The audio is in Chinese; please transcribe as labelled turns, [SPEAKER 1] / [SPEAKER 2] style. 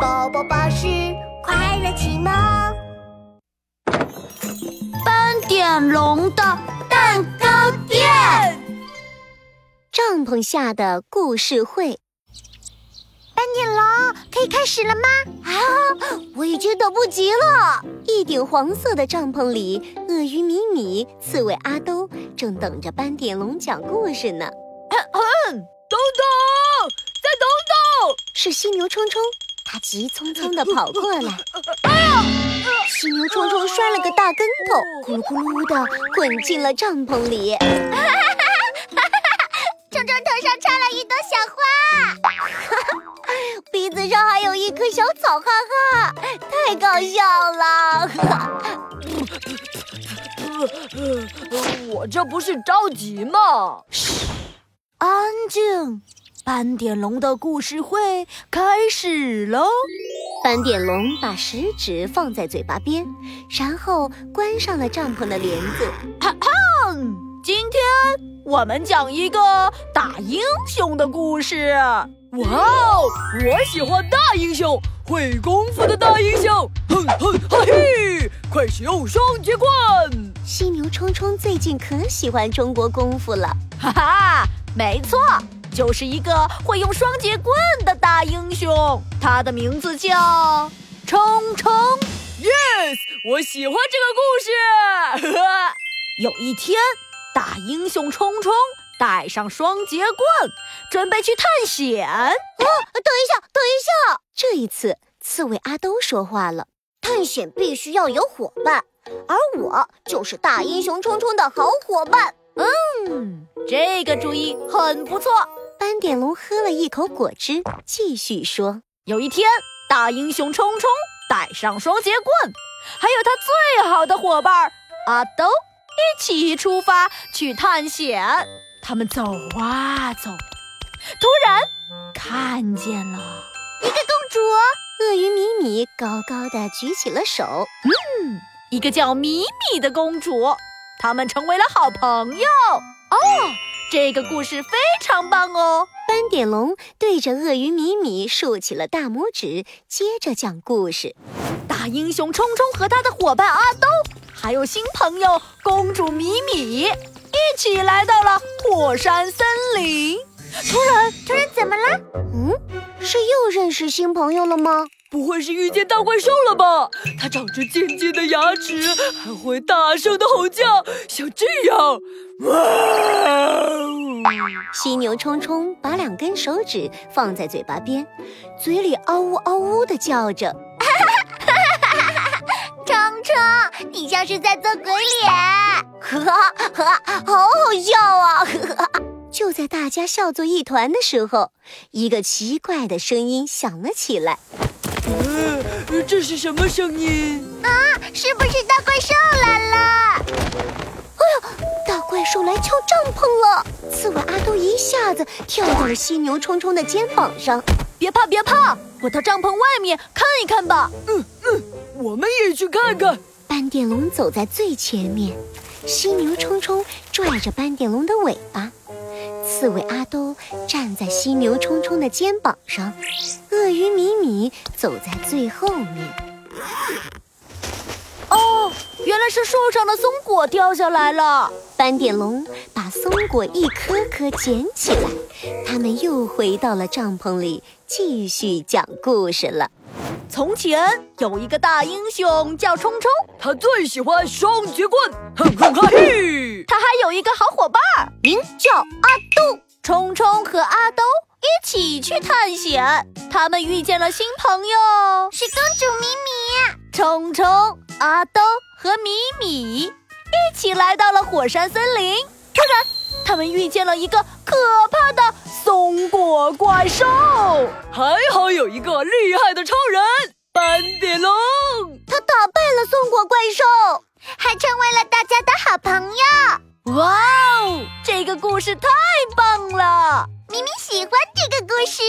[SPEAKER 1] 宝宝巴士快乐启蒙。斑点龙的蛋糕店，
[SPEAKER 2] 哎
[SPEAKER 3] 帐篷下的故事会。
[SPEAKER 1] 斑点龙可以开始了吗？啊，我已经等不及了。
[SPEAKER 3] 一顶黄色的帐篷里，鳄鱼米米、刺猬阿兜正等着斑点龙讲故事呢。
[SPEAKER 2] 嗯等等，再等
[SPEAKER 3] 是犀牛冲冲，他急匆匆地跑过 来。犀牛冲冲摔了个大跟头，咕噜咕噜地滚进了帐 篷里。
[SPEAKER 1] 冲冲头上插了一朵小 花，鼻子上还有一颗小草，哈哈，太搞笑了。
[SPEAKER 2] 等，呃，我这不是着急吗？
[SPEAKER 4] 安静，斑点龙的故事会开始喽！
[SPEAKER 3] 斑点龙把食指放在嘴巴边，然后关上了帐篷的帘子。
[SPEAKER 2] 嗯，今天我们讲一个大英雄的故事。哇哦，我喜欢大英雄，会功夫的大英雄。哼哼哈嘿，快使用双截棍！
[SPEAKER 3] 犀牛冲冲最近可喜欢中国功夫了。
[SPEAKER 2] 哈哈，没错，就是一个会用双截棍的大英雄，他的名字叫冲冲。Yes，我喜欢这个故事。 有一天，大英雄冲冲带上双截棍，准备去探险。
[SPEAKER 3] 这一次，刺猬阿兜说话了。
[SPEAKER 1] 探险必须要有伙伴，而我就是大英雄冲冲的好伙伴。
[SPEAKER 2] 嗯，这个主意很不错。
[SPEAKER 3] 斑点龙喝了一口果汁，继续说
[SPEAKER 2] 有一天，大英雄冲冲带上双截棍，还有他最好的伙伴阿兜，一起出发去探险。他们走啊走，突然看见了，：“
[SPEAKER 3] 公主，鳄鱼米米高高的举起了手。
[SPEAKER 2] 嗯，一个叫米米的公主，他们成为了好朋友。哦，这个故事非常棒哦。
[SPEAKER 3] 斑点龙对着鳄鱼米米竖起了大拇指，接着讲故事。
[SPEAKER 2] 大英雄冲冲和他的伙伴阿兜，还有新朋友公主米米，一起来到了火山森林。
[SPEAKER 1] 突然怎么了？嗯，是又认识新朋友了吗？
[SPEAKER 2] 不会是遇见大怪兽了吧？它长着尖尖的牙齿，还会大声的吼叫，像这样。哇哦！
[SPEAKER 3] 犀牛冲冲把两根手指放在嘴巴边，嘴里嗷呜嗷呜地叫着。
[SPEAKER 1] 冲冲，你像是在做鬼脸，呵呵，好好笑啊！
[SPEAKER 3] 就在大家笑作一团的时候，一个奇怪的声音响了起来。
[SPEAKER 2] 呃，这是什么声音？
[SPEAKER 1] 是不是大怪兽来了？
[SPEAKER 3] 哎大怪兽来敲帐篷了！刺猬阿兜一下子跳到了犀牛冲冲的肩膀上。
[SPEAKER 2] 别怕，别怕，我到帐篷外面看一看吧。嗯嗯，我们也去看看。
[SPEAKER 3] 斑点龙走在最前面，犀牛冲冲拽着斑点龙的尾巴，刺猬阿兜站在犀牛冲冲的肩膀上，鳄鱼米米走在最后面。
[SPEAKER 2] 哦，原来是树上的松果掉下来了。
[SPEAKER 3] 斑点龙把松果一颗颗捡起来，他们又回到了帐篷里，继续讲故事了。
[SPEAKER 2] 从前有一个大英雄叫冲冲，他最喜欢双截棍，哼哼哈嘿。他还有一个好伙伴儿，名叫阿兜。冲冲和阿兜一起去探险，他们遇见了新朋友，
[SPEAKER 1] 是公主咪咪。啊
[SPEAKER 2] 冲冲、阿兜和米米一起来到了火山森林。突然，他们遇见了一个可怕的松果怪兽，还好有一个厉害的超人斑点龙。
[SPEAKER 1] 他打败了松果怪兽，还成为了大家的好朋友。
[SPEAKER 2] 哇哦，这个故事太棒了！
[SPEAKER 1] 咪咪喜欢这个故事。